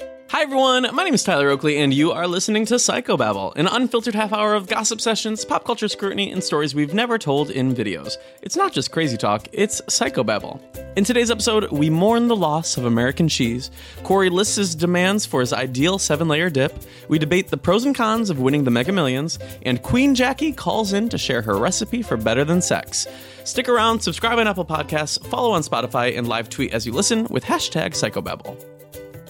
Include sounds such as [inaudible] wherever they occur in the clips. Hi, everyone. My name is Tyler Oakley, and you are listening to Psychobabble, an unfiltered half hour of gossip sessions, pop culture scrutiny, and stories we've never told in videos. It's not just crazy talk, it's Psychobabble. In today's episode, we mourn the loss of American cheese. Corey lists his demands for his ideal seven layer dip. We debate the pros and cons of winning the mega millions, and Queen Jackie calls in to share her recipe for better than sex. Stick around, subscribe on Apple Podcasts, follow on Spotify, and live tweet as you listen with hashtag Psychobabble.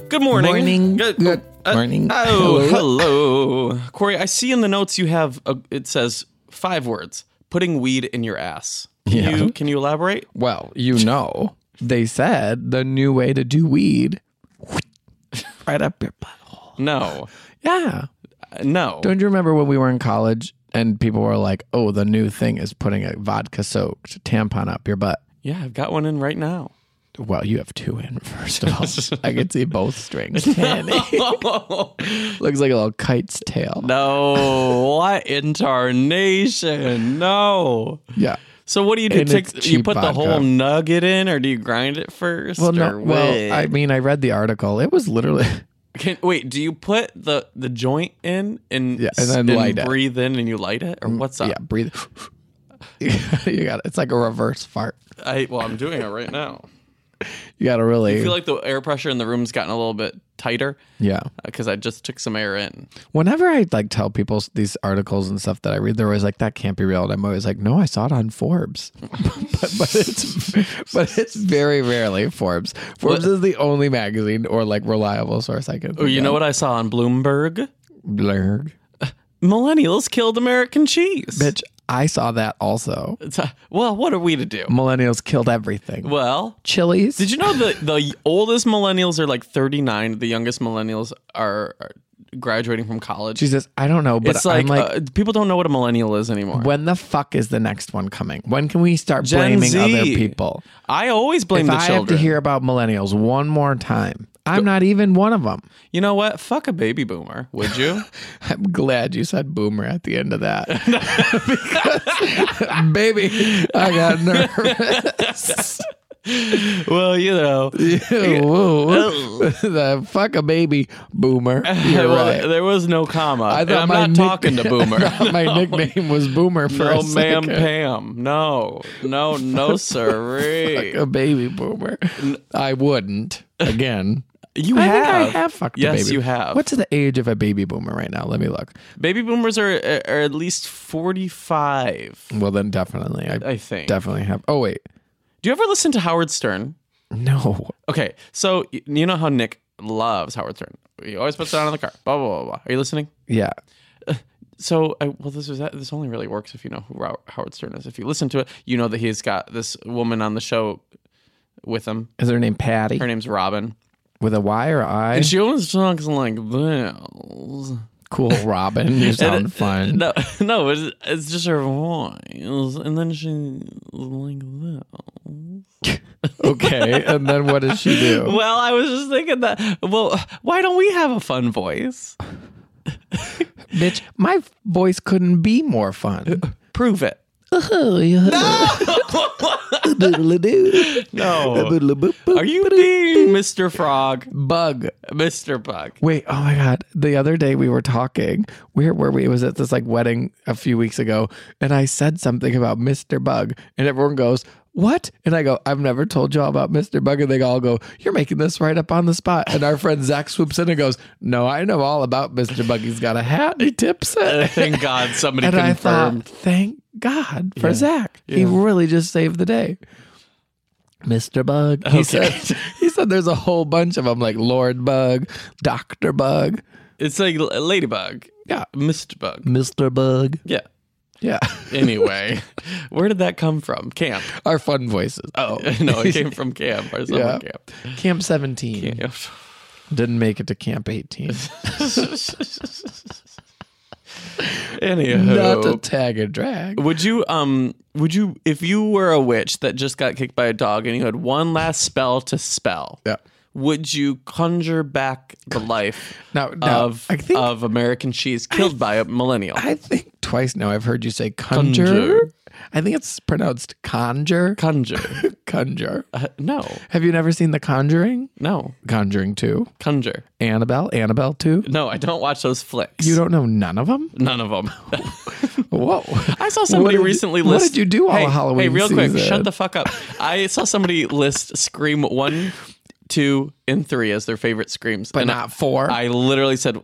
Good morning. Morning. Good, Good uh, morning. Oh, hello. Corey, I see in the notes you have, a, it says five words putting weed in your ass. Can, Yeah. you, can you elaborate? Well, you know, they said the new way to do weed [laughs] right up your butthole. No. Yeah. Uh, No. Don't you remember when we were in college and people were like, oh, the new thing is putting a vodka soaked tampon up your butt? yeah, I've got one in right now. [laughs] Well, you have two in, first of [laughs] all. I could see both [laughs] strings. Tanny. Looks like a little kite's tail. no. What in tarnation? No. Yeah. So what do you do? And it's Take, you cheap put the vodka. whole nugget in or do you grind it first? Well, or no, what? well, I mean, I read the article. It was [laughs] literally, Can, wait, do you put the the joint in and Yeah, and then s- light it. Mm, breathe in and you light it or what's up? yeah, breathe. [laughs] you got it. It's like a reverse fart. I well, I'm doing it right now. You got to really. I feel like the air pressure in the room's gotten a little bit tighter yeah. because I just took some air in. Whenever I like tell people s- these articles and stuff that I read, they're always like, "That can't be real," and I'm always like, "No, I saw it on Forbes," [laughs] but, but it's [laughs] but it's very rarely Forbes. Forbes is the only magazine or like reliable source I can. Oh, you know what I saw on Bloomberg? blurg, Millennials killed American cheese. bitch. I saw that also. It's a- well, what are we to do? Millennials killed everything. Well, Chili's. did you know that the oldest millennials are like 39? The youngest millennials are, are graduating from college. Jesus, I don't know, but it's like, I'm like, uh, people don't know what a millennial is anymore. when the fuck is the next one coming? When can we start Gen blaming Z. other people? I always blame If the I children. have to hear about millennials one more time, I'm not even one of them. You know what? Fuck a baby boomer, would [laughs] you? I'm glad you said boomer at the end [laughs] of that. [laughs] because, baby, I got nervous. [laughs] well, you [laughs] know. Whoa. the fuck a baby [laughs] boomer. You're Well, right. There was no comma. I I thought am my not nick- talking [laughs] to boomer. [laughs] My nickname was boomer for no, a ma'am, second. Pam. No, no, [laughs] no, sirree. A baby boomer. I wouldn't. Again. You I have. think I have fucked a Yes, baby. you have. What's the age of a baby boomer right now? Let me look. Baby boomers are, are at least 45, Well, then definitely. I, I think. definitely have. Oh, wait. Do you ever listen to Howard Stern? No. Okay, so y- you know how Nick loves Howard Stern. He always puts it on in the car. Blah, blah, blah, blah. Are you listening? Yeah. so I, well this is this only really works if you know who Ro- howard stern is if you listen to it you know that he's got this woman on the show with him Is her name Patty? her name's robin With a Y or I? and she always talks like this Cool, Robin. [laughs] You sound fun. no no it's, it's just her voice and then she's like this Okay. And then what does [laughs] she do? well i was just thinking that well why don't we have a fun voice Bitch, my voice couldn't be more fun. [laughs] prove it no are you being mr frog Bug. mr bug Wait, oh my God. The other day we were talking. Where were we? It was at this like wedding a few weeks ago. And I said something about Mr. Bug. And everyone goes, What? And I go, I've never told y'all about Mr. Bug. And they all go, You're making this right up on the spot. And our friend Zach swoops in and goes, No, I know all about Mr. Bug. He's got a hat. and He tips [laughs] it. Thank God somebody and I confirmed. thought, thank God for Zach. He really just saved the day. Mr. Bug. He, said, [laughs] he said there's a whole bunch of them, like Lord Bug, Dr. Bug. it's like l- Ladybug. Yeah. Mr. Bug. Mr. Bug. Yeah. Yeah. Anyway, [laughs] where did that come from? Camp. [laughs] Our fun voices. Oh, [laughs] no, it came from camp or summer Yeah. camp. [laughs] Camp 17. Camp. Didn't make it to Camp 18. [laughs] Not to Anywho. tag and drag. would you um would you if you were a witch that just got kicked by a dog and you had one last spell to spell? Yeah. Would you conjure back the life Now, now of I think of American cheese killed by a millennial? I think twice now I've heard you say conjure. Conjure. I think it's pronounced conjure. Conjure. Conjure. Uh, no, Have you never seen The Conjuring? no. Conjuring 2. Conjure. Annabelle. Annabelle 2. No, I don't watch those flicks. You don't know none [laughs] of them? None of them. Whoa. I saw somebody did you- recently what list. did you do all hey, Halloween Hey, real quick, season? shut the fuck up. I saw somebody list Scream one, two, and three as their favorite screams, but and I- not four. I literally said,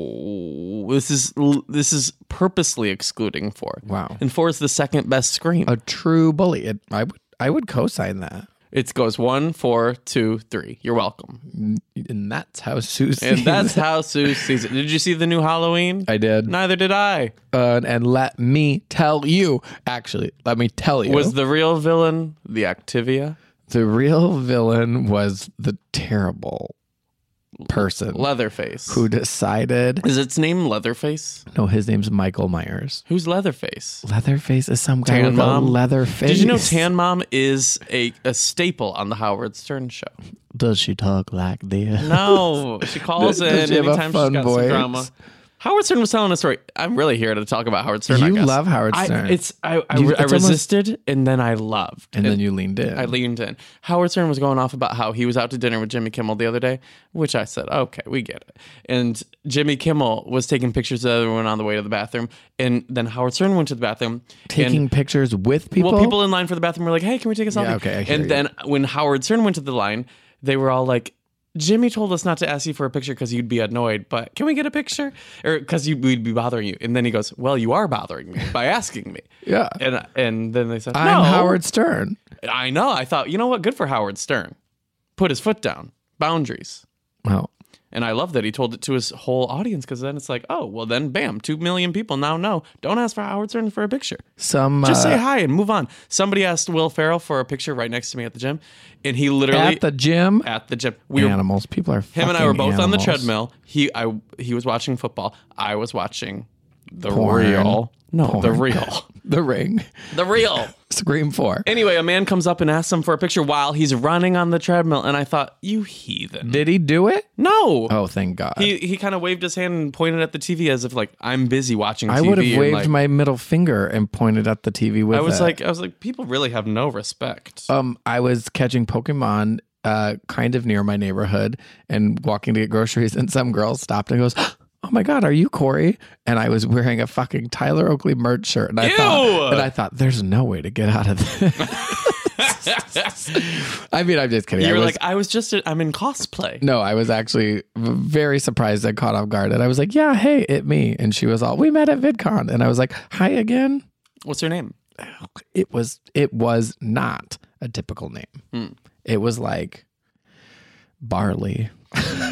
oh, "This is this is purposely excluding four. wow. Uh, And four is the second best scream. A true bully. It, I would I would co-sign that. it goes one, four, two, three. You're welcome. And that's how Susie. [laughs] And that's how Sue sees it. Did you see the new Halloween? I did. Neither did I. Uh, and let me tell you, actually, let me tell you, Was the real villain the Activia the real villain was the terrible person Leatherface? who decided. is its name Leatherface? No, his name's Michael Myers. Who's Leatherface? Leatherface is some guy Tan with a Mom? leather face. Did you know Tan Mom is a, a staple on the Howard Stern show? Does she talk like this? [laughs] No, she calls Does- does in she have a anytime she's fun got voice? some drama. Howard Stern was telling a story. I'm really here to talk about Howard Stern. I You guess. love Howard Stern. I, it's I, I, You- re- I it's almost- resisted and then I loved. and then you leaned in. I leaned in. Howard Stern was going off about how he was out to dinner with Jimmy Kimmel the other day, which I said, okay, we get it. And Jimmy Kimmel was taking pictures of everyone on the way to the bathroom. And then Howard Stern went to the bathroom. and Taking pictures with people. well, people in line for the bathroom were like, "Hey, can we take a selfie?" okay, I hear and you. then when Howard Stern went to the line, they were all like, "Jimmy told us not to ask you for a picture because you'd be annoyed, but can we get a picture? Or because we'd be bothering you?" And then he goes, "Well, you are bothering me by asking [laughs] me." yeah. And and then they said, I'm "No, Howard Stern. I know. I thought, you know what? Good for Howard Stern. Put his foot down. Boundaries." Well, And I love that he told it to his whole audience because then it's like, oh, well, then bam, two million people now know. Don't ask for Howard Stern for a picture. some Just uh, say hi and move on. Somebody asked Will Farrell for a picture right next to me at the gym, and he literally at the gym. at the gym. We were, animals. People are. him and I were both on the treadmill. He I he was watching football. I was watching the Porn. real, no, the Porn. [laughs] real, The ring. the real. Scream four. Anyway, a man comes up and asks him for a picture while he's running on the treadmill, and I thought, you heathen. Did he do it? No. Oh, thank God. He, he kind of waved his hand and pointed at the TV as if like I'm busy watching. TV I would have and, waved like- my middle finger and pointed at the TV with I was it. like, I was like, people really have no respect. [laughs] um, I was catching Pokemon, uh, kind of near my neighborhood, and walking to get groceries, [laughs] and some girl stopped and goes. [gasps] Oh my God, are you Corey? And I was wearing a fucking Tyler Oakley merch shirt, and I Ew! thought, and I thought, there's no way to get out of this. [laughs] I mean, I'm just kidding. You I were was, like, I was just, I'm in cosplay. No, I was actually very surprised I caught off guard. And I was like, yeah, hey, it me. And she was all, we met at VidCon. And I was like, hi again. What's her name? It was, it was not a typical name. Hmm. It was like Barley.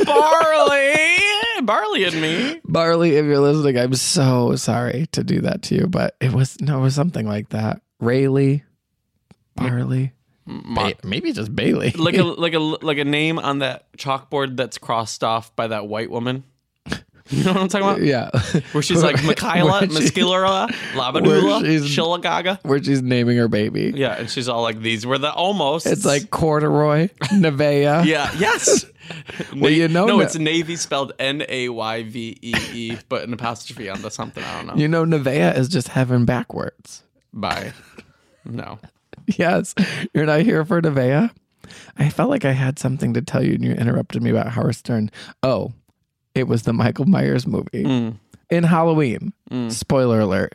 Barley. [laughs] Barley and me. Barley, if you're listening, I'm so sorry to do that to you. But it was, no, it was something like that. Rayleigh, Barley. Ma- Ba- maybe just [laughs] Bailey. like a like a like a name on that chalkboard that's crossed off by that white woman. You know what I'm talking about? yeah. [laughs] Where she's like Mikhaila, Where she- Maskilera, Labadula, where she's- Shilagaga. Where she's naming her baby. Yeah, and she's all like, these were the almost. It's like corduroy, [laughs] Nevea. yeah, [laughs] yes. well, you know no, no- it's navy spelled N A Y V E E, but an apostrophe on the something. I don't know. You know, Nevea is just heaven backwards. [laughs] Bye. No. Yes, you're not here for Nevea. I felt like I had something to tell you, and you interrupted me about Howard Stern. Oh, it was the Michael Myers movie in Halloween. Mm. Spoiler alert: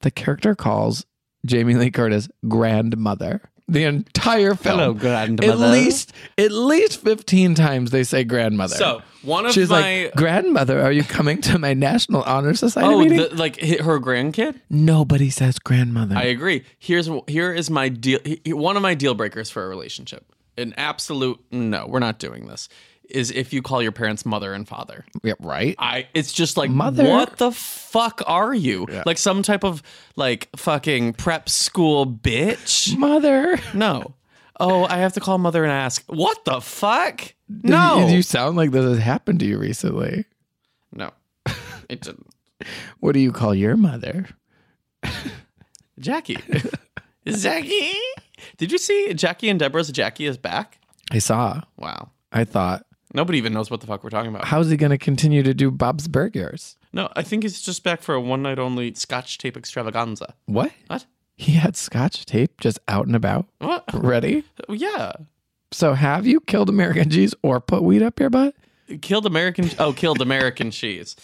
the character calls Jamie Lee Curtis grandmother. The entire film. Hello, grandmother. At least, at least fifteen times they say grandmother. So one of she's my like, "Grandmother, are you coming to my National Honor Society oh, meeting?" the, like hi- her grandkid. Hmm. Nobody says grandmother. I agree. Here's here is my deal. he- One of my deal breakers for a relationship. An absolute no. We're not doing this. Is if you call your parents mother and father. yeah, right. I. It's just like Mother? What the fuck are you? Like some type of like fucking prep school bitch. Mother. No. Oh, I have to call mother and ask. What the fuck? You, [laughs] No. you sound like this has happened to you recently. no. It didn't. [laughs] What do you call your mother? Jackie. Jackie. Did you see Jackie and Deborah's Jackie is back? I saw. Wow. I thought, Nobody even knows what the fuck we're talking about. how's he going to continue to do Bob's Burgers? No, I think he's just back for a one night only Scotch tape extravaganza. What? What? He had scotch tape just out and about, What? ready. Yeah. So have you killed American G's or put weed up your butt? Killed American. Oh, killed American [laughs] cheese.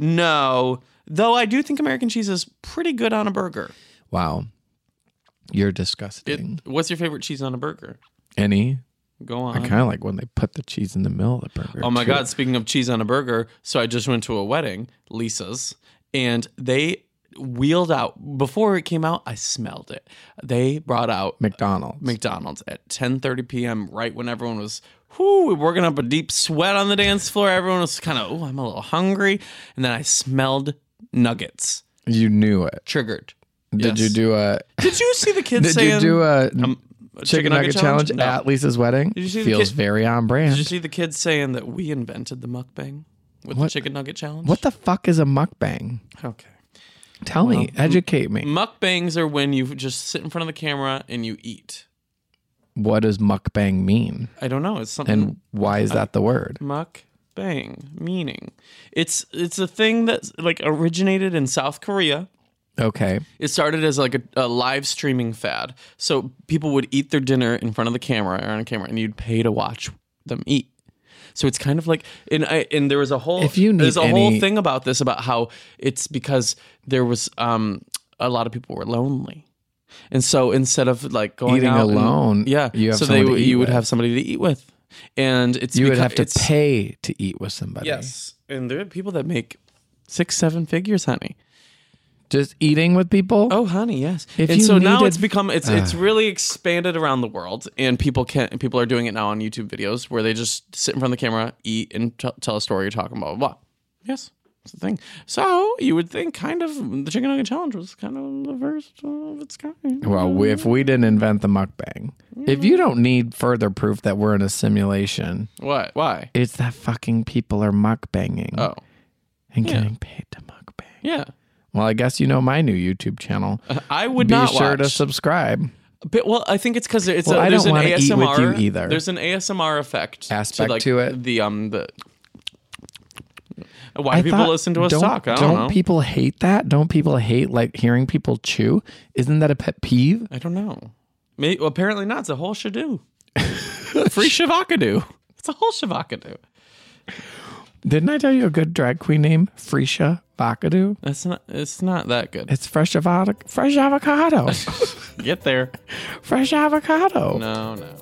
No, though I do think American cheese is pretty good on a burger. Wow. You're It- disgusting. what's your favorite cheese on a burger? Any? Go I on. kind of like when they put the cheese in the middle of the burger. Oh my too. God! Speaking of cheese on a burger, so I just went to a wedding, Lisa's, and they wheeled out before it came out. I smelled it. They brought out McDonald's. McDonald's at 10:30 p.m. right when everyone was whoo we were working up a deep sweat on the dance floor. Everyone was kind of oh I'm a little hungry, and then I smelled nuggets. you knew it. Triggered. Yes. Did Um, you do a? Did you see the kids Did saying you do a a chicken nugget challenge, No. at Lisa's wedding? you see the Feels kid- very on Did you brand. see the kids saying that we invented the mukbang with the chicken nugget challenge? What the fuck is a mukbang? Okay. Tell me, educate me. Mukbangs are when you just sit in front of the camera and you eat. What does mukbang mean, I don't know. It's something and why is that the word? mukbang meaning it's it's a thing that's like originated in south korea Okay, it started as like a, a live streaming fad so people would eat their dinner in front of the camera or on camera and you'd pay to watch them eat so it's kind of like and I, and there was a whole If you need there's a whole any- thing about this about how it's because there was um a lot of people were lonely and so instead of like going Eating out and- alone, yeah you have so they someone to would- eat you would with. have somebody to eat with and it's you would becau- have to it's- pay to eat with somebody. Yes, and there are people that make six, seven figures, honey. just eating with people. Oh, honey, yes. If and you so now needed- Ah. it's become it's it's really expanded around the world, and people can people are doing it now on YouTube videos where they just sit in front of the camera, eat, and t- tell a story, talk, and blah blah blah. Yes, it's the thing. So you would think kind of the chicken nugget challenge was kind of the first of its kind. Well, we- if we didn't invent the mukbang, if you don't need further proof that we're in a simulation, What? Why? it's that fucking people are mukbanging Oh, and getting paid to mukbang. yeah. Well, I guess you know my new YouTube channel. I would Be Uh, not sure watch. to subscribe. But, well, I think it's because it's Well, a, I there's don't an wanna eat with ASMR you either. There's an ASMR effect Aspect like, to it. The um the why do people thought- listen to us don't, talk? I don't, don't know. people hate that? Don't people hate like hearing people chew? Isn't that a pet peeve? I don't know. May well, apparently not. It's a whole [laughs] shadoo. Free shavakadoo. It's a whole shavakadoo. Didn't I tell you a good drag queen name? Frisha Vakadu. That's not. It's not that good. It's fresh avocado. [laughs] Fresh avocado. Get there. fresh avocado. No, no.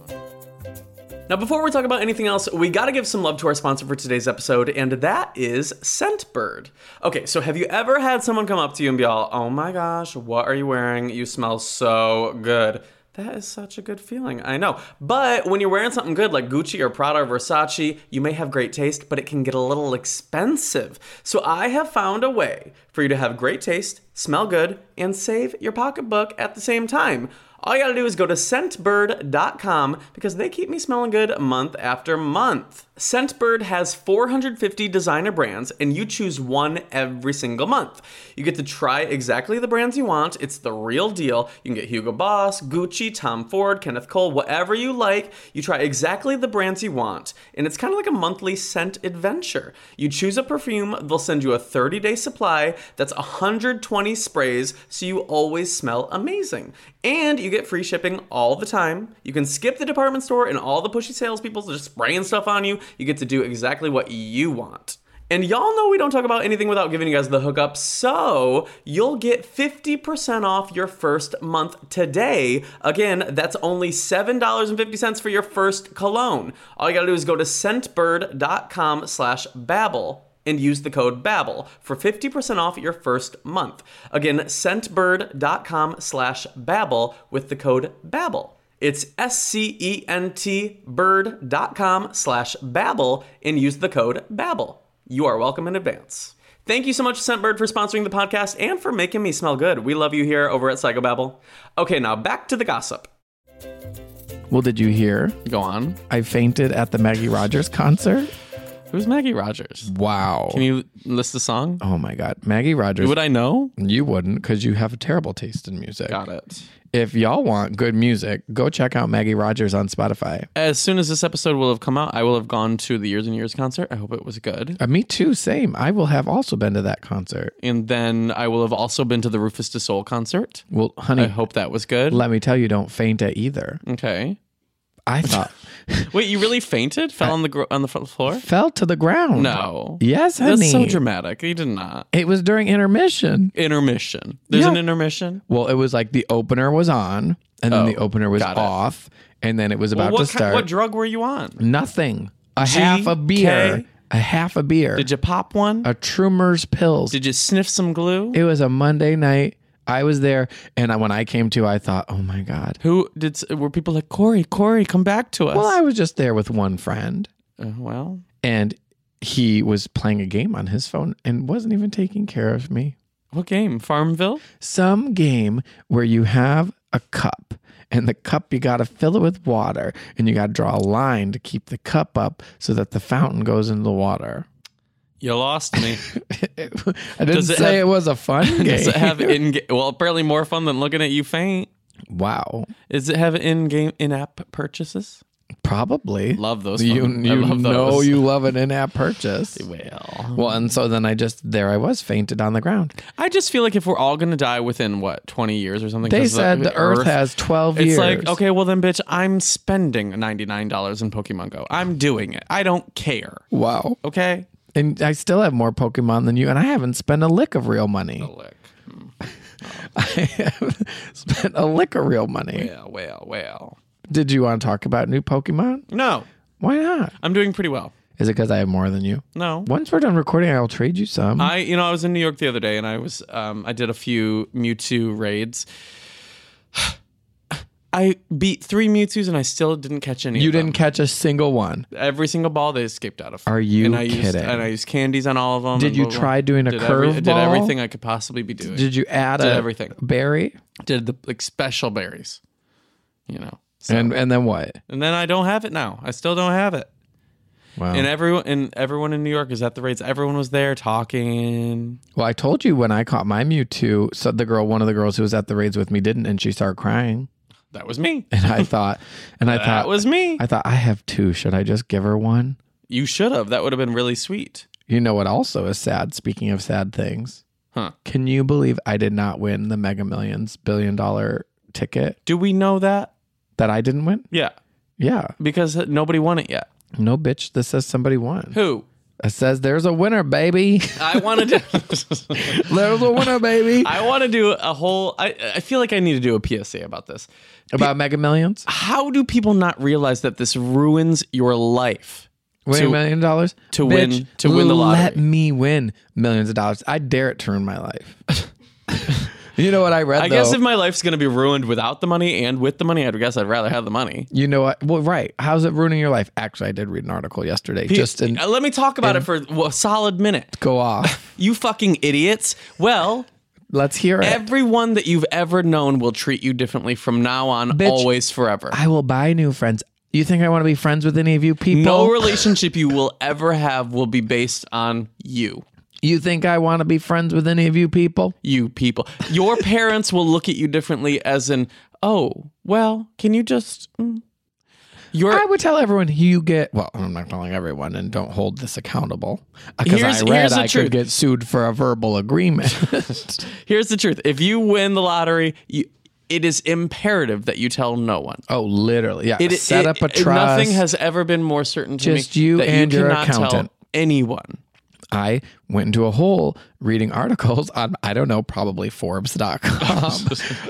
Now, before we talk about anything else, we gotta give some love to our sponsor for today's episode, and that is Scentbird. Okay, so have you ever had someone come up to you and be all, oh my gosh, what are you wearing? You smell so good. That is such a good feeling, I know. But when you're wearing something good like Gucci or Prada or Versace, you may have great taste, but it can get a little expensive. So I have found a way for you to have great taste, smell good, and save your pocketbook at the same time. All you gotta do is go to scentbird.com because they keep me smelling good month after month. Scentbird has 450 designer brands, and you choose one every single month. You get to try exactly the brands you want. It's the real deal. You can get Hugo Boss, Gucci, Tom Ford, Kenneth Cole, whatever you like. You try exactly the brands you want, and it's kind of like a monthly scent adventure. You choose a perfume, they'll send you a 30 day supply that's 120 sprays, so you always smell amazing. And you get free shipping all the time. You can skip the department store and all the pushy salespeople just spraying stuff on you. You get to do exactly what you want. And y'all know we don't talk about anything without giving you guys the hookup, so you'll get 50% off your first month today. Again, that's only $7.50 for your first cologne. All you gotta do is go to scentbird.com slash babble and use the code BABBLE for 50% off your first month. Again, scentbird.com slash BABBLE with the code BABBLE. It's S-C-E-N-T bird.com slash BABBLE and use the code BABBLE. You are welcome in advance. Thank you so much, Scentbird, for sponsoring the podcast and for making me smell good. We love you here over at Psychobabble. Okay, now back to the gossip. Well, did you hear? Go on. I fainted at the Maggie Rogers concert. Who's Maggie Rogers? Wow. Can you list the song? oh my God. Maggie Rogers. Would I know? you wouldn't because you have a terrible taste in music. Got it. If y'all want good music, go check out Maggie Rogers on Spotify. As soon as this episode will have come out, I will have gone to the Years and Years concert. I hope it was good. Uh, me too. Same. I will have also been to that concert. And then I will have also been to the Rufus to Soul concert. Well, I honey, hope that was good. let me tell you, don't faint at either. Okay. [laughs] I thought Wait, you really fainted? Fell on the gro- on the fr- floor? fell to the ground. No. Yes, honey. That's so dramatic. You did not. It was during intermission. Intermission. There's Yeah. an intermission. Well, it was like the opener was on, and then the opener was Oh, got it. off, and then it was about what, to ki- start. what drug were you on? Nothing. A half a beer. A half a beer. Did you pop one? a Trumer's pills. Did you sniff some glue? it was a Monday night. I was there, and I, when I came to, I thought, oh my god. Who did? s- Were people like Corey? Corey, come back to us. Well, I was just there with one friend, Uh, well, and he was playing a game on his phone and wasn't even taking care of me. what game? Farmville. some game where you have a cup and the cup you got to fill it with water and you got to draw a line to keep the cup up so that the fountain goes into the water. [laughs] You lost [laughs] me. I didn't Does it say have- it was a fun [laughs] game. Does it have in? Well, apparently more fun than looking at you faint. [laughs] wow. Does it have in-game in-app purchases? Probably. Love those. you fun- I you love know those. you love an in-app purchase. [laughs] Well, Well, and so then I just there I was fainted on the ground. I just feel like if we're all gonna die within what twenty years or something, They 'cause uh, said the Earth, has twelve It's years. like, okay, well then, bitch, I'm spending ninety nine dollars in Pokemon Go. I'm doing it. I don't care. wow. Okay. And I still have more Pokemon than you, and I haven't spent a lick of real money. I have [laughs] spent a lick of real money. Yeah. Well. Well. Did you want to talk about new Pokemon? No, Why not? I'm doing pretty well. Is it because I have more than you? No. Once we're done recording, I'll trade you some. I you know I was in New York the other day and I was um, I did a few Mewtwo raids. [sighs] I beat three Mewtwo's and I still didn't catch any. you of them. didn't catch a single one. Every single ball they escaped out of. Are you and I Used, kidding? and I used candies on all of them. Did you try doing a did every- curveball? Did everything I could possibly be doing. Did, Did you add a everything. berry? the like special berries, you know. So, and, And and then what? then I don't have it now. I still don't have it. Wow. And everyone and everyone in New York is at the raids. Everyone was there talking. well, I told you when I caught my Mewtwo, so the girl, one of the girls who was at the raids with me, didn't, and she started crying. [laughs] That was me. And [laughs] I thought, and I That thought, was me. I thought I have two. Should I just give her one? You should have. That would have been really sweet. You know what also is sad, speaking of sad things? Huh. Can you believe I did not win the Mega Millions billion dollar ticket Do we know that? that I didn't win? Yeah, Yeah. because nobody won it yet. No bitch, this says somebody won. Who? It says there's a winner, baby. [laughs] I want to [laughs] do. there's a winner, baby. [laughs] I want to do a whole. I I feel like I need to do a PSA about this. About Mega Millions? How do people not realize that this ruins your life? Winning To- million dollars? to win- Bitch, to win the Let lottery. me win millions of dollars. I dare it to ruin my life. [laughs] you know what I read I though? guess if my life's gonna be ruined without the money and with the money, I would guess I'd rather have the money. you know what? Well, right. How's it ruining your life? Actually, I did read an article yesterday. just in Uh, let me talk about it for a solid minute. go off. [laughs] You fucking idiots. Well, Let's hear it. Eh. everyone that you've ever known will treat you differently from now on, always, forever. I will buy new friends. You think I want to be friends with any of you people? No relationship you will ever have will be based on you. You think I want to be friends with any of you people? You people. [laughs] Your parents will look at you differently as in, oh, well, can you just mm." your I would tell everyone you get. Well, I'm not telling everyone, and don't hold this accountable because Here's- I read here's the I truth. could get sued for a [laughs] verbal agreement. here's the truth. If you win the lottery, you, it is imperative that you tell no one. oh, literally, yeah. It, Set it- up a it- trust. Nothing has ever been more certain to Just me you that and you your cannot accountant. tell anyone. I went into a hole reading articles on, I don't know, [laughs] probably Forbes.com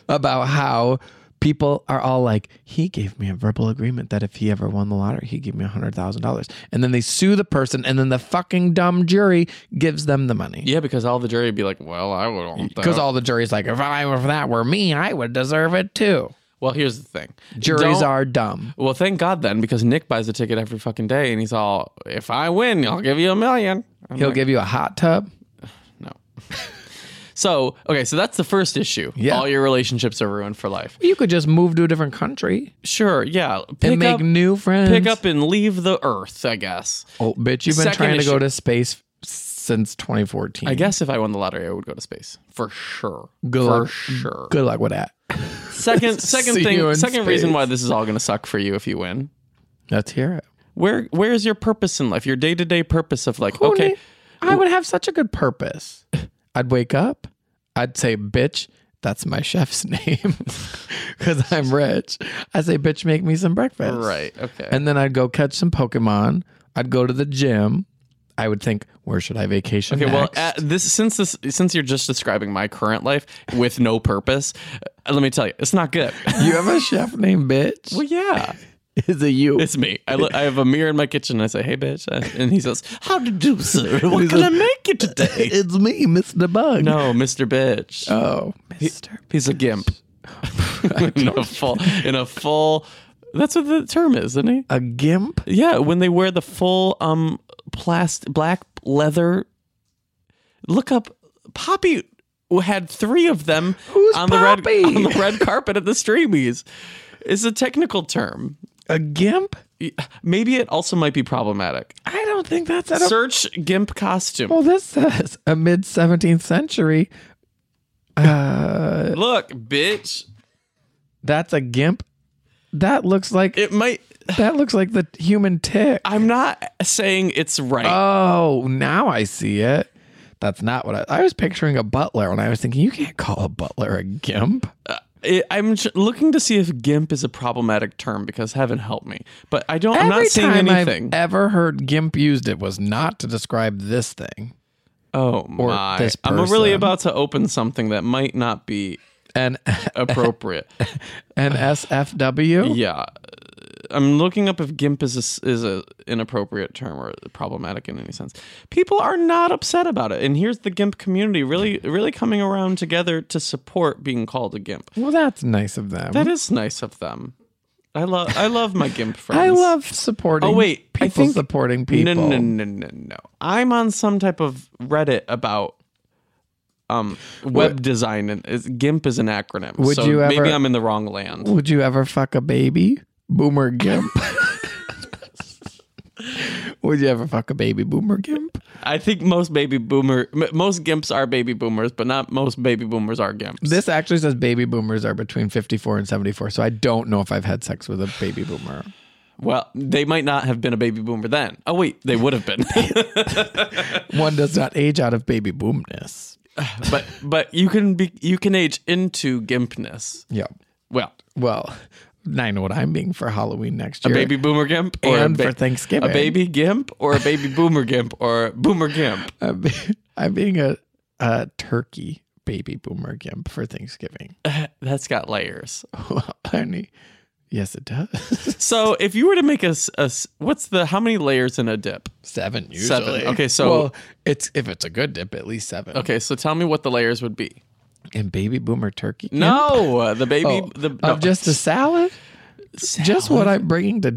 about how people are all like, he gave me a verbal agreement that if he ever won the lottery, he'd give me $100,000. And then they sue the person, and then the fucking dumb jury gives them the money. Yeah, because all the jury would be like, well, I would want that. Because all the jury's like, if I were if that were me, I would deserve it too. well, here's the thing. Juries Don't- are dumb. Well, thank God then, because Nick buys a ticket every fucking day, and he's all, "If I win, I'll give you a million. I'm He'll like, [laughs] give you a hot tub. no. So, okay, so that's the first issue. Yeah. All your relationships are ruined for life. You could just move to a different country Sure, yeah. Pick and make up, new friends. pick up and leave the earth, I guess. Oh, bitch, you've been Second trying to issue. go to space since 2014. I guess if I won the lottery, I would go to space. For sure. Good for luck. sure. Good luck with that. [laughs] [laughs] Second second See you thing in second reason space. why this is all gonna suck for you if you win. Let's hear it. Where where is your purpose in life? Your day to day purpose of like, Who okay, knew- I would have such a good purpose. [laughs] I'd wake up, I'd say, bitch, that's my chef's [laughs] name because I'm rich. I say, bitch, make me some breakfast. right, okay. And then I'd go catch some Pokemon. I'd go to the gym. I would think, where should I vacation? Okay, well, next? uh, this since this since you're just describing my current life with no purpose, uh, let me tell you, it's not good. you have a chef named [laughs] Bitch? well, yeah, Is it [laughs] you? it's me. I, look, I have a mirror in my kitchen. And I say, "Hey, bitch," uh, and he says, "How to do, sir? [laughs] What can I make you today?" Uh, It's me, Mr. [laughs] Bug. No, Mister Bitch. Oh, Mr. He's a gimp [laughs] in a full in a full. That's what the term is, isn't he? A gimp? Yeah, when they wear the full um plast black leather. Look up Poppy had three of them Who's on the Poppy? red on the red carpet at the Streamies. It's a technical term. A gimp? Maybe it also might be problematic. I don't Oh. think that's at all. Search gimp costume. Well, this says a mid 17th century. Uh, Look, bitch. that's a gimp. That looks like It might that looks like the human tick. I'm not saying it's right. Oh, now I see it. That's not what I, I was picturing a butler, and I was thinking you can't call a butler a gimp. I- I'm j- looking to see if gimp is a problematic term because heaven help me. But I don't I'm not Every seeing time anything. I've ever heard gimp used, it was not to describe this thing. Oh my! this I'm really person. about to open something that might not be [laughs] An appropriate. [laughs] an SFW. yeah, I'm looking up if gimp is a s is a inappropriate term or problematic in any sense. People are not upset about it, and here's the gimp community really really coming around together to support being called a gimp. Well, that's nice of them. That is nice of them. I love I love my gimp friends. Mm-hmm. [laughs] I love supporting. Oh, wait, I people think- supporting people. No, no, no, no, no. I'm on some type of Reddit about um web design and is, GIMP is an acronym. Would so you ever- maybe I'm in the wrong land. Would you ever fuck a baby? Boomer [laughs] Gimp. [laughs] Would you ever fuck a baby boomer gimp? I think most baby boomer m- most GIMPs are baby boomers, but not most baby boomers are GIMPs. This actually says baby boomers are between 54 and 74, so I don't know if I've had sex with a baby boomer. well, they might not have been a baby boomer then. Oh wait, they would have [laughs] been. One does not age out of baby boomness. but but you can be you can age into GIMPness. Yeah. Well, Well, I know what I'm being for Halloween next year. baby boomer GIMP or and a for Thanksgiving. a baby GIMP or a baby boomer GIMP or boomer GIMP. [laughs] I'm, be- [laughs] I'm being a, a turkey baby boomer gimp for Thanksgiving. [laughs] That's got layers. Honey. Yes, it does. [laughs] So if you were to make a, s- a s- what's the how many layers in a dip? Seven usually. Okay, so- well, it's if it's a good dip, at least seven. Okay, so tell me what the layers would be. And baby boomer turkey. No, uh, the baby, the of no, Oh, just a salad. Just what I'm bringing to.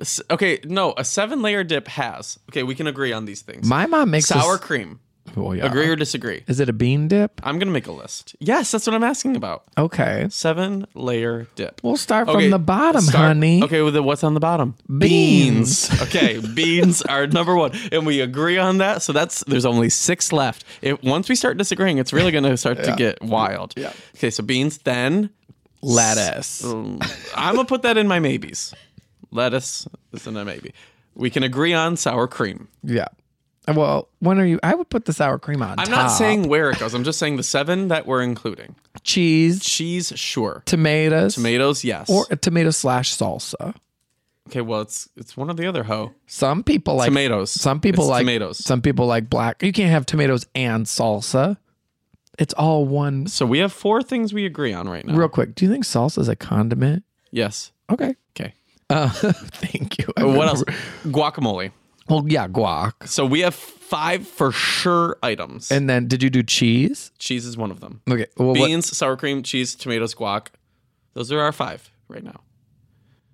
S- Okay, no, a seven layer dip has. Okay, we can agree on these things. My mom makes a Sour s- cream. Oh, yeah. Agree or disagree? Is it a bean dip? I'm gonna make a list. Yes, that's what I'm asking about. Okay, Seven layer dip. we'll start Okay, from the bottom, start- honey. Okay, well, then what's on the bottom? Beans. okay, [laughs] beans are number one, and we agree on that. So that's there's only six left. It, once we start disagreeing, it's really going to start to get wild. Yeah. Okay, so beans. Then [laughs] Lettuce. um, I'm gonna put that in my maybes. Lettuce is in a maybe. We can agree on sour cream. Yeah. Well, when are you? I would put the sour cream on. I'm not saying where it goes. I'm just saying the seven that we're including. cheese, Cheese, sure. tomatoes, Tomatoes, yes. or a tomato slash salsa. okay, well, it's it's one or the other. Ho Some people like tomatoes. Some people It's like tomatoes. Some people like black. You can't have tomatoes and salsa. It's all one. So we have four things we agree on right now. Real quick, do you think salsa is a condiment? yes. Okay. Okay. Uh, [laughs] thank you. I What remember- [laughs] else? Guacamole. Well, yeah, guac. So we have five for sure items. And then, did you do cheese? cheese is one of them. Okay. Well, what, Beans, sour cream, cheese, tomatoes, guac. Those are our five right now.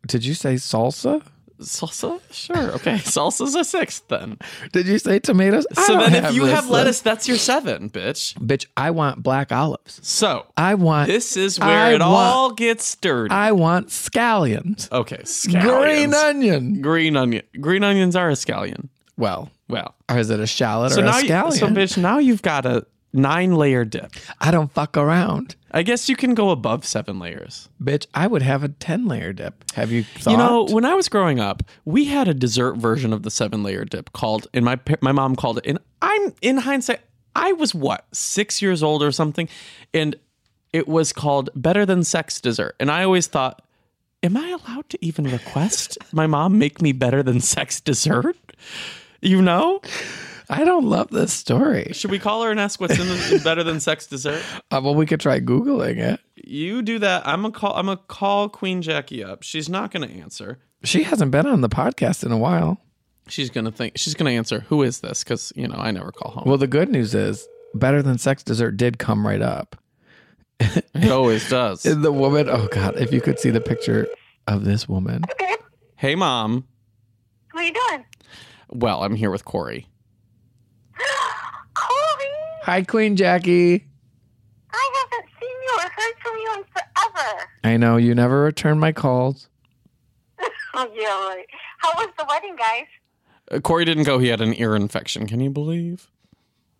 did you say salsa? salsa? Sure. [laughs] Okay. Salsa's a six then. Did you say tomatoes? I So don't then if you this have list. lettuce, that's your seven, bitch. bitch, I want black olives. So I want this is where I it want- all gets dirty. I want scallions. okay. Green scallions. onion. Green onion. Green onions are a scallion. Well, Well. or is it a shallot So or a now, you, scallion? so bitch, now you've got a nine layer dip. I don't fuck around. I guess you can go above seven layers. Bitch, I would have a 10 layer dip. Have you thought? You know, when I was growing up, we had a dessert version of the seven layer dip called, and my pa- my mom called it. And I'm in hindsight, I was what six years old or something, and it was called better than sex dessert. And I always thought, am I allowed to even request my mom make me better than sex dessert? You know, I don't love this story. should we call her and ask what's in the better than sex dessert? Uh, well, we could try Googling it. You do that. I'm gonna call. I'm gonna call Queen Jackie up. She's not gonna answer. She hasn't been on the podcast in a while. She's gonna think. She's gonna answer. Who is this? Because you know I never call home. Well, the good news is Better Than Sex Dessert did come right up. [laughs] It always does. The woman, oh God, if you could see the picture of this woman. Hey, mom. What are you doing? Well, I'm here with Corey. Colby, Hi, Queen Jackie. I haven't seen you or heard from you in forever. I know you never return my calls. Oh, yeah. right. How was the wedding, guys? Uh, Corey didn't go. He had an ear infection. Can you believe?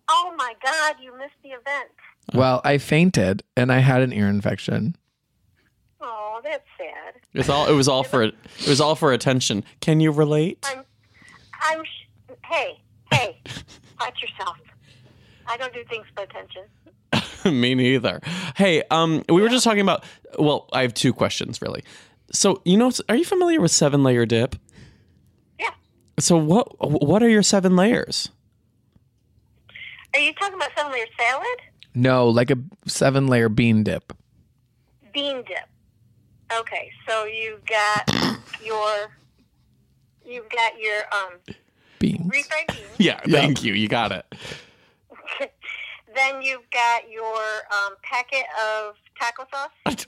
Oh, my God, you missed the event. Uh. Well, I fainted and I had an ear infection. Oh, that's sad. It's all. It was all for. It was all for attention. Can you relate? [laughs] I'm. Sh- hey, hey, watch yourself. I don't do things for attention. Me neither. Hey, um, we were just talking about. Well, I have two questions really. So you know, are you familiar with seven layer dip? Yeah. So what? What are your seven layers? Are you talking about some of your salad? No, like a seven layer bean dip. Bean dip. Okay, so you've got your. You've got your um, Beans. refried beans. Yeah. Yeah. Thank you. You got it. [laughs] [laughs] Then you've got your um, packet of taco sauce.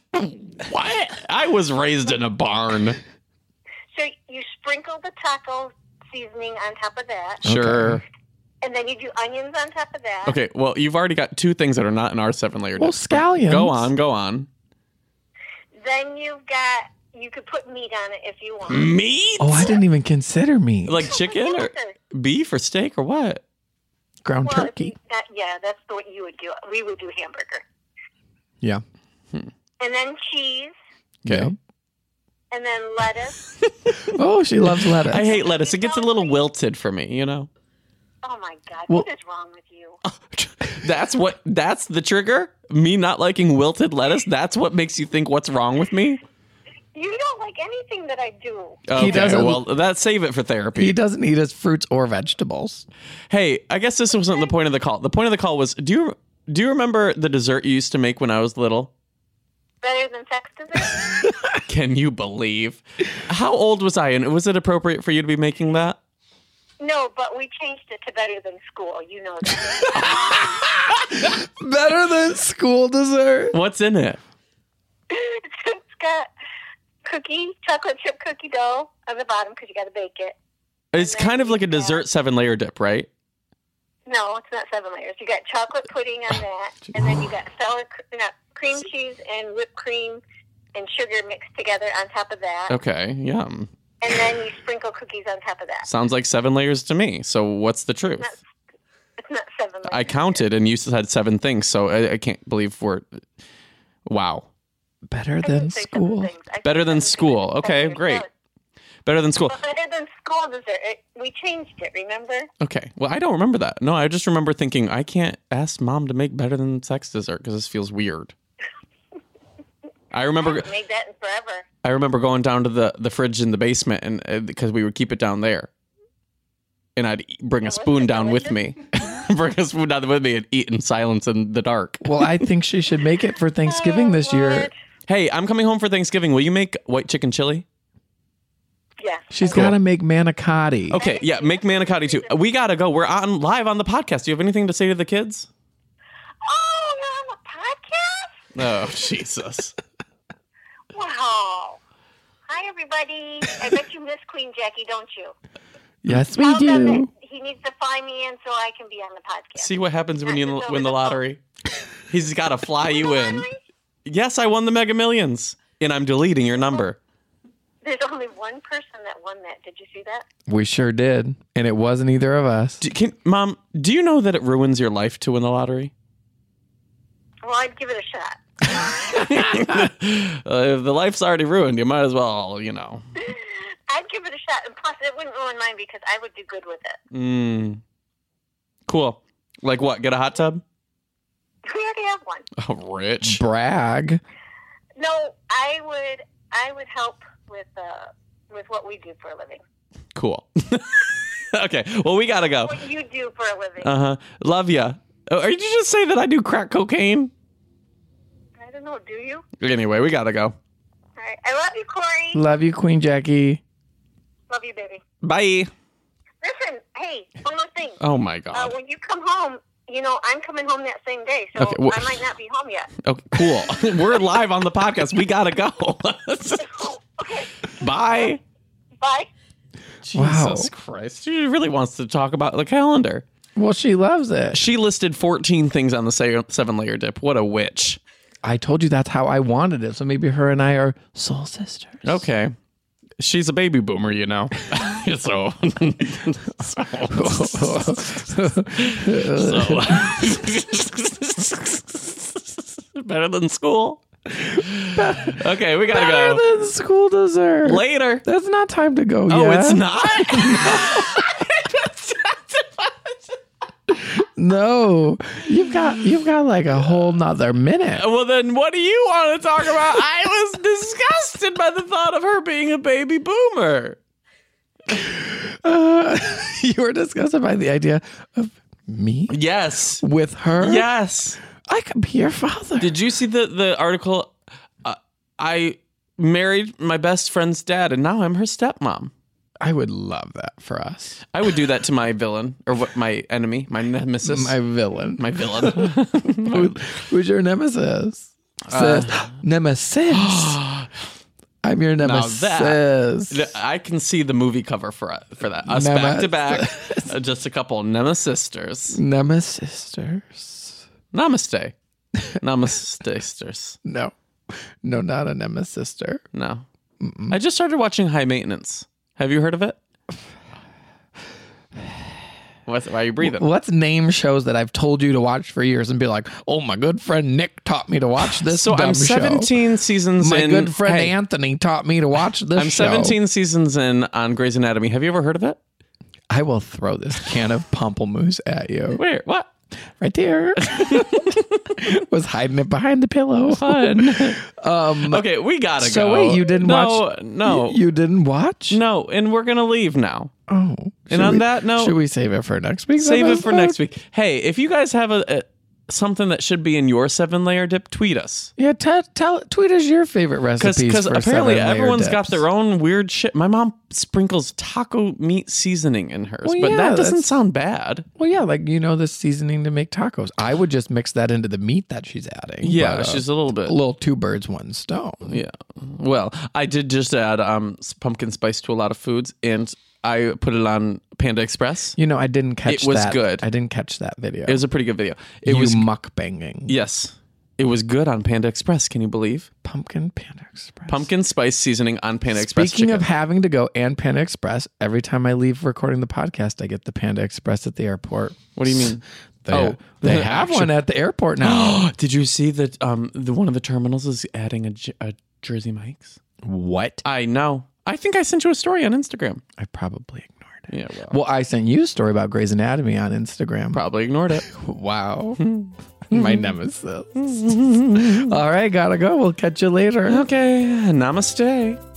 What? I was raised in a barn. So you sprinkle the taco seasoning on top of that, Sure. and then you do onions on top of that. Mm. Okay. Well, you've already got two things that are not in our seven layer. Well, dip. scallions. Go on. Go on. Then you've got you could put meat on it if you want. Meat? Oh, I didn't even consider me. Like Mm. chicken or Sure. beef or steak or what? ground Well, if turkey. you- that, yeah, that's the way you would do it. We would do hamburger, Yeah. and then cheese, Okay. and then lettuce. Yeah. Oh, [laughs] she loves lettuce. I hate lettuce. It gets a little wilted for me, you know. [laughs] Oh my God, Well- what is wrong with you? That's what that's the trigger. Me not liking wilted lettuce. That's what makes you think what's wrong with me. You don't like anything that I do. Okay, doesn't- well, that save it for he therapy. doesn't eat his fruits or vegetables. Hey, I guess this wasn't the point of the call. The point of the call was do you do you remember the dessert you used to make when I was little? Better than sex dessert. [laughs] Can you believe? How old was I and was it appropriate for you to be making that? no, but we changed it to better than school. You know that. Better than school dessert. What's in it? it's got cookie, chocolate chip cookie dough on the bottom because you got to bake it. It's And then kind of like a you have- dessert seven layer dip, right? No, it's not seven layers. You got chocolate pudding on that, and then you got sour, cr- no, cream cheese and whipped cream and sugar mixed together on top of that, Okay, yum. and then you sprinkle cookies on top of that. Sounds like seven layers to me. So what's the truth? That's- It's not seven layers. I counted, and you said seven things. So I, I can't believe we're. Wow, Better than I didn't say seven school. things. I said Better than seven school. things. Okay, Seven great. dessert. better than school. But Better than school dessert. It, we changed it. Remember? Okay, well I don't remember that. No, I just remember thinking I can't ask mom to make better than sex dessert because this feels weird. [laughs] I remember Made that in forever. I remember going down to the the fridge in the basement and because we would keep it down there, and I'd e- bring a was spoon it down with me, [laughs] bring a spoon down with me, and eat in silence in the dark. [laughs] Well, I think she should make [laughs] it for Thanksgiving this Oh, year. Lord. Hey, I'm coming home for Thanksgiving. Will you make white chicken chili? Yes. She's Cool. got to make manicotti. Okay, yeah, make manicotti too. We gotta go. We're on live on the podcast. Do you have anything to say to the kids? Oh, we're on the podcast. Oh Jesus! Wow. I everybody. I bet you miss Queen Jackie, don't you? Yes, we Tell them that do. He needs to fly me in so I can be on the [laughs] podcast. See what happens when you That's over win the the lottery. He's [laughs] got to fly you in. Lottery? Yes, I won the Mega Millions, and I'm deleting your number. There's only one person that won that. Did you see that? We sure did. And it wasn't either of us. Do, can, Mom, do you know that it ruins your life to win the lottery? Well, I'd give it a shot. [laughs] [laughs] Uh, if the life's already ruined, you might as well, you know. I'd give it a shot, and plus, it wouldn't ruin mine because I would do good with it. Mm. Cool. Like what? Get a hot tub? [laughs] We already have one. Oh, rich. Brag. No, I would. I would help with uh, with what we do for a living. Cool. [laughs] okay. Well, we gotta go. What you do for a living. Uh huh. Love ya. Oh, are you just saying that I do crack cocaine? I don't know. Do you? Anyway, we gotta go. All right. I love you, Corey. Love you, Queen Jackie. love you, baby. Bye. Listen, hey, one more thing. Oh my Uh, god. when you come home, you know I'm coming home that same day, so Okay, well- I might not be home [laughs] yet. Okay, cool. We're live on the podcast. We gotta go. [laughs] Bye. Bye. Wow. Jesus Christ. She really wants to talk about the calendar. Well, she loves it. She listed 14 things on the se- seven layer dip. What a witch. I told you that's how I wanted it. So maybe her and I are soul sisters. [laughs] Okay. [laughs] She's a baby boomer, you [laughs] know. so. so. so. [laughs] Better than school. Okay, we gotta Better go. than school dessert. Later. That's not time to go Oh, yet. it's [laughs] not? No, you've got you've got like a whole nother minute. well, then what do you want to talk about? I was disgusted by the thought of her being a baby boomer. Oh. Uh, [laughs] you were disgusted by the idea of me Yes. with her. Yes. I could be your father. Did you see the the article? Uh, I married my best friend's dad, and now I'm her stepmom. I would love that for us. I would do that to my villain or what my enemy, my nemesis, My my, villain. villain. [laughs] Who- who's your nemesis? Uh, Says, [gasps] [gasps] nemesis. I'm your nemesis. that- Th- I can see the movie cover for for that. Us back to back, uh, just a couple nemesisters. Nemesisters. Namaste, namastesters. No, no, not a nemesister. No, I just started watching High Maintenance. Have you heard of it? What's, why are you breathing? Let's name shows that I've told you to watch for years and be like, oh, my good friend Nick taught me [laughs] to watch this. So dumb I'm show. 17 seasons My in. good friend Hey, Anthony taught me to watch this. I'm show. 17 seasons in on Grey's Anatomy. Have you ever heard of it? I will throw this can of pamplemousse at you Where? What? [laughs] right there. Was hiding it behind the pillow. [laughs] Fun. [laughs] Um, okay, we gotta So go. wait, you didn't no, watch- No, y- you didn't watch. no, and we're gonna leave now. Oh, should on we- that note- should we save it for next week? Save it for next week. Hey, if you guys have a, a something that should be in your seven layer dip, tweet us. Yeah, tell, tell tweet us your favorite recipes. Because for apparently seven-layer everyone's dips. got their own weird shit. My mom sprinkles taco meat seasoning in hers, Well, but yeah, that doesn't that's- sound bad. Well, yeah, like you know the seasoning to make tacos. I would just mix that into the meat that she's adding. Yeah, but, uh, she's a little bit. a little two birds, one stone. Yeah. Well, I did just add um, s- pumpkin spice to a lot of foods, and I put it on Panda Express. You know, I didn't catch. It was that. good. I didn't catch that video. It was a pretty good video. It you was mukbanging yes, it was good on Panda Express. Can you believe pumpkin Panda Express. pumpkin spice seasoning on Panda Express? Speaking chicken. of having to go and Panda Express, every time I leave recording the podcast, I get the Panda Express at the airport. what do you [gasps] mean? They, Oh, they have one at the airport now. [gasps] Did you see that um, the one of the terminals is adding a, J- a Jersey Mike's? what? I know. I think I sent you a story on Instagram. I probably ignored it. Yeah, well, Well, I sent you a story about Grey's Anatomy on Instagram. probably ignored [sighs] it. Wow. My [laughs] nemesis. All right, gotta go. We'll catch you later. okay, namaste.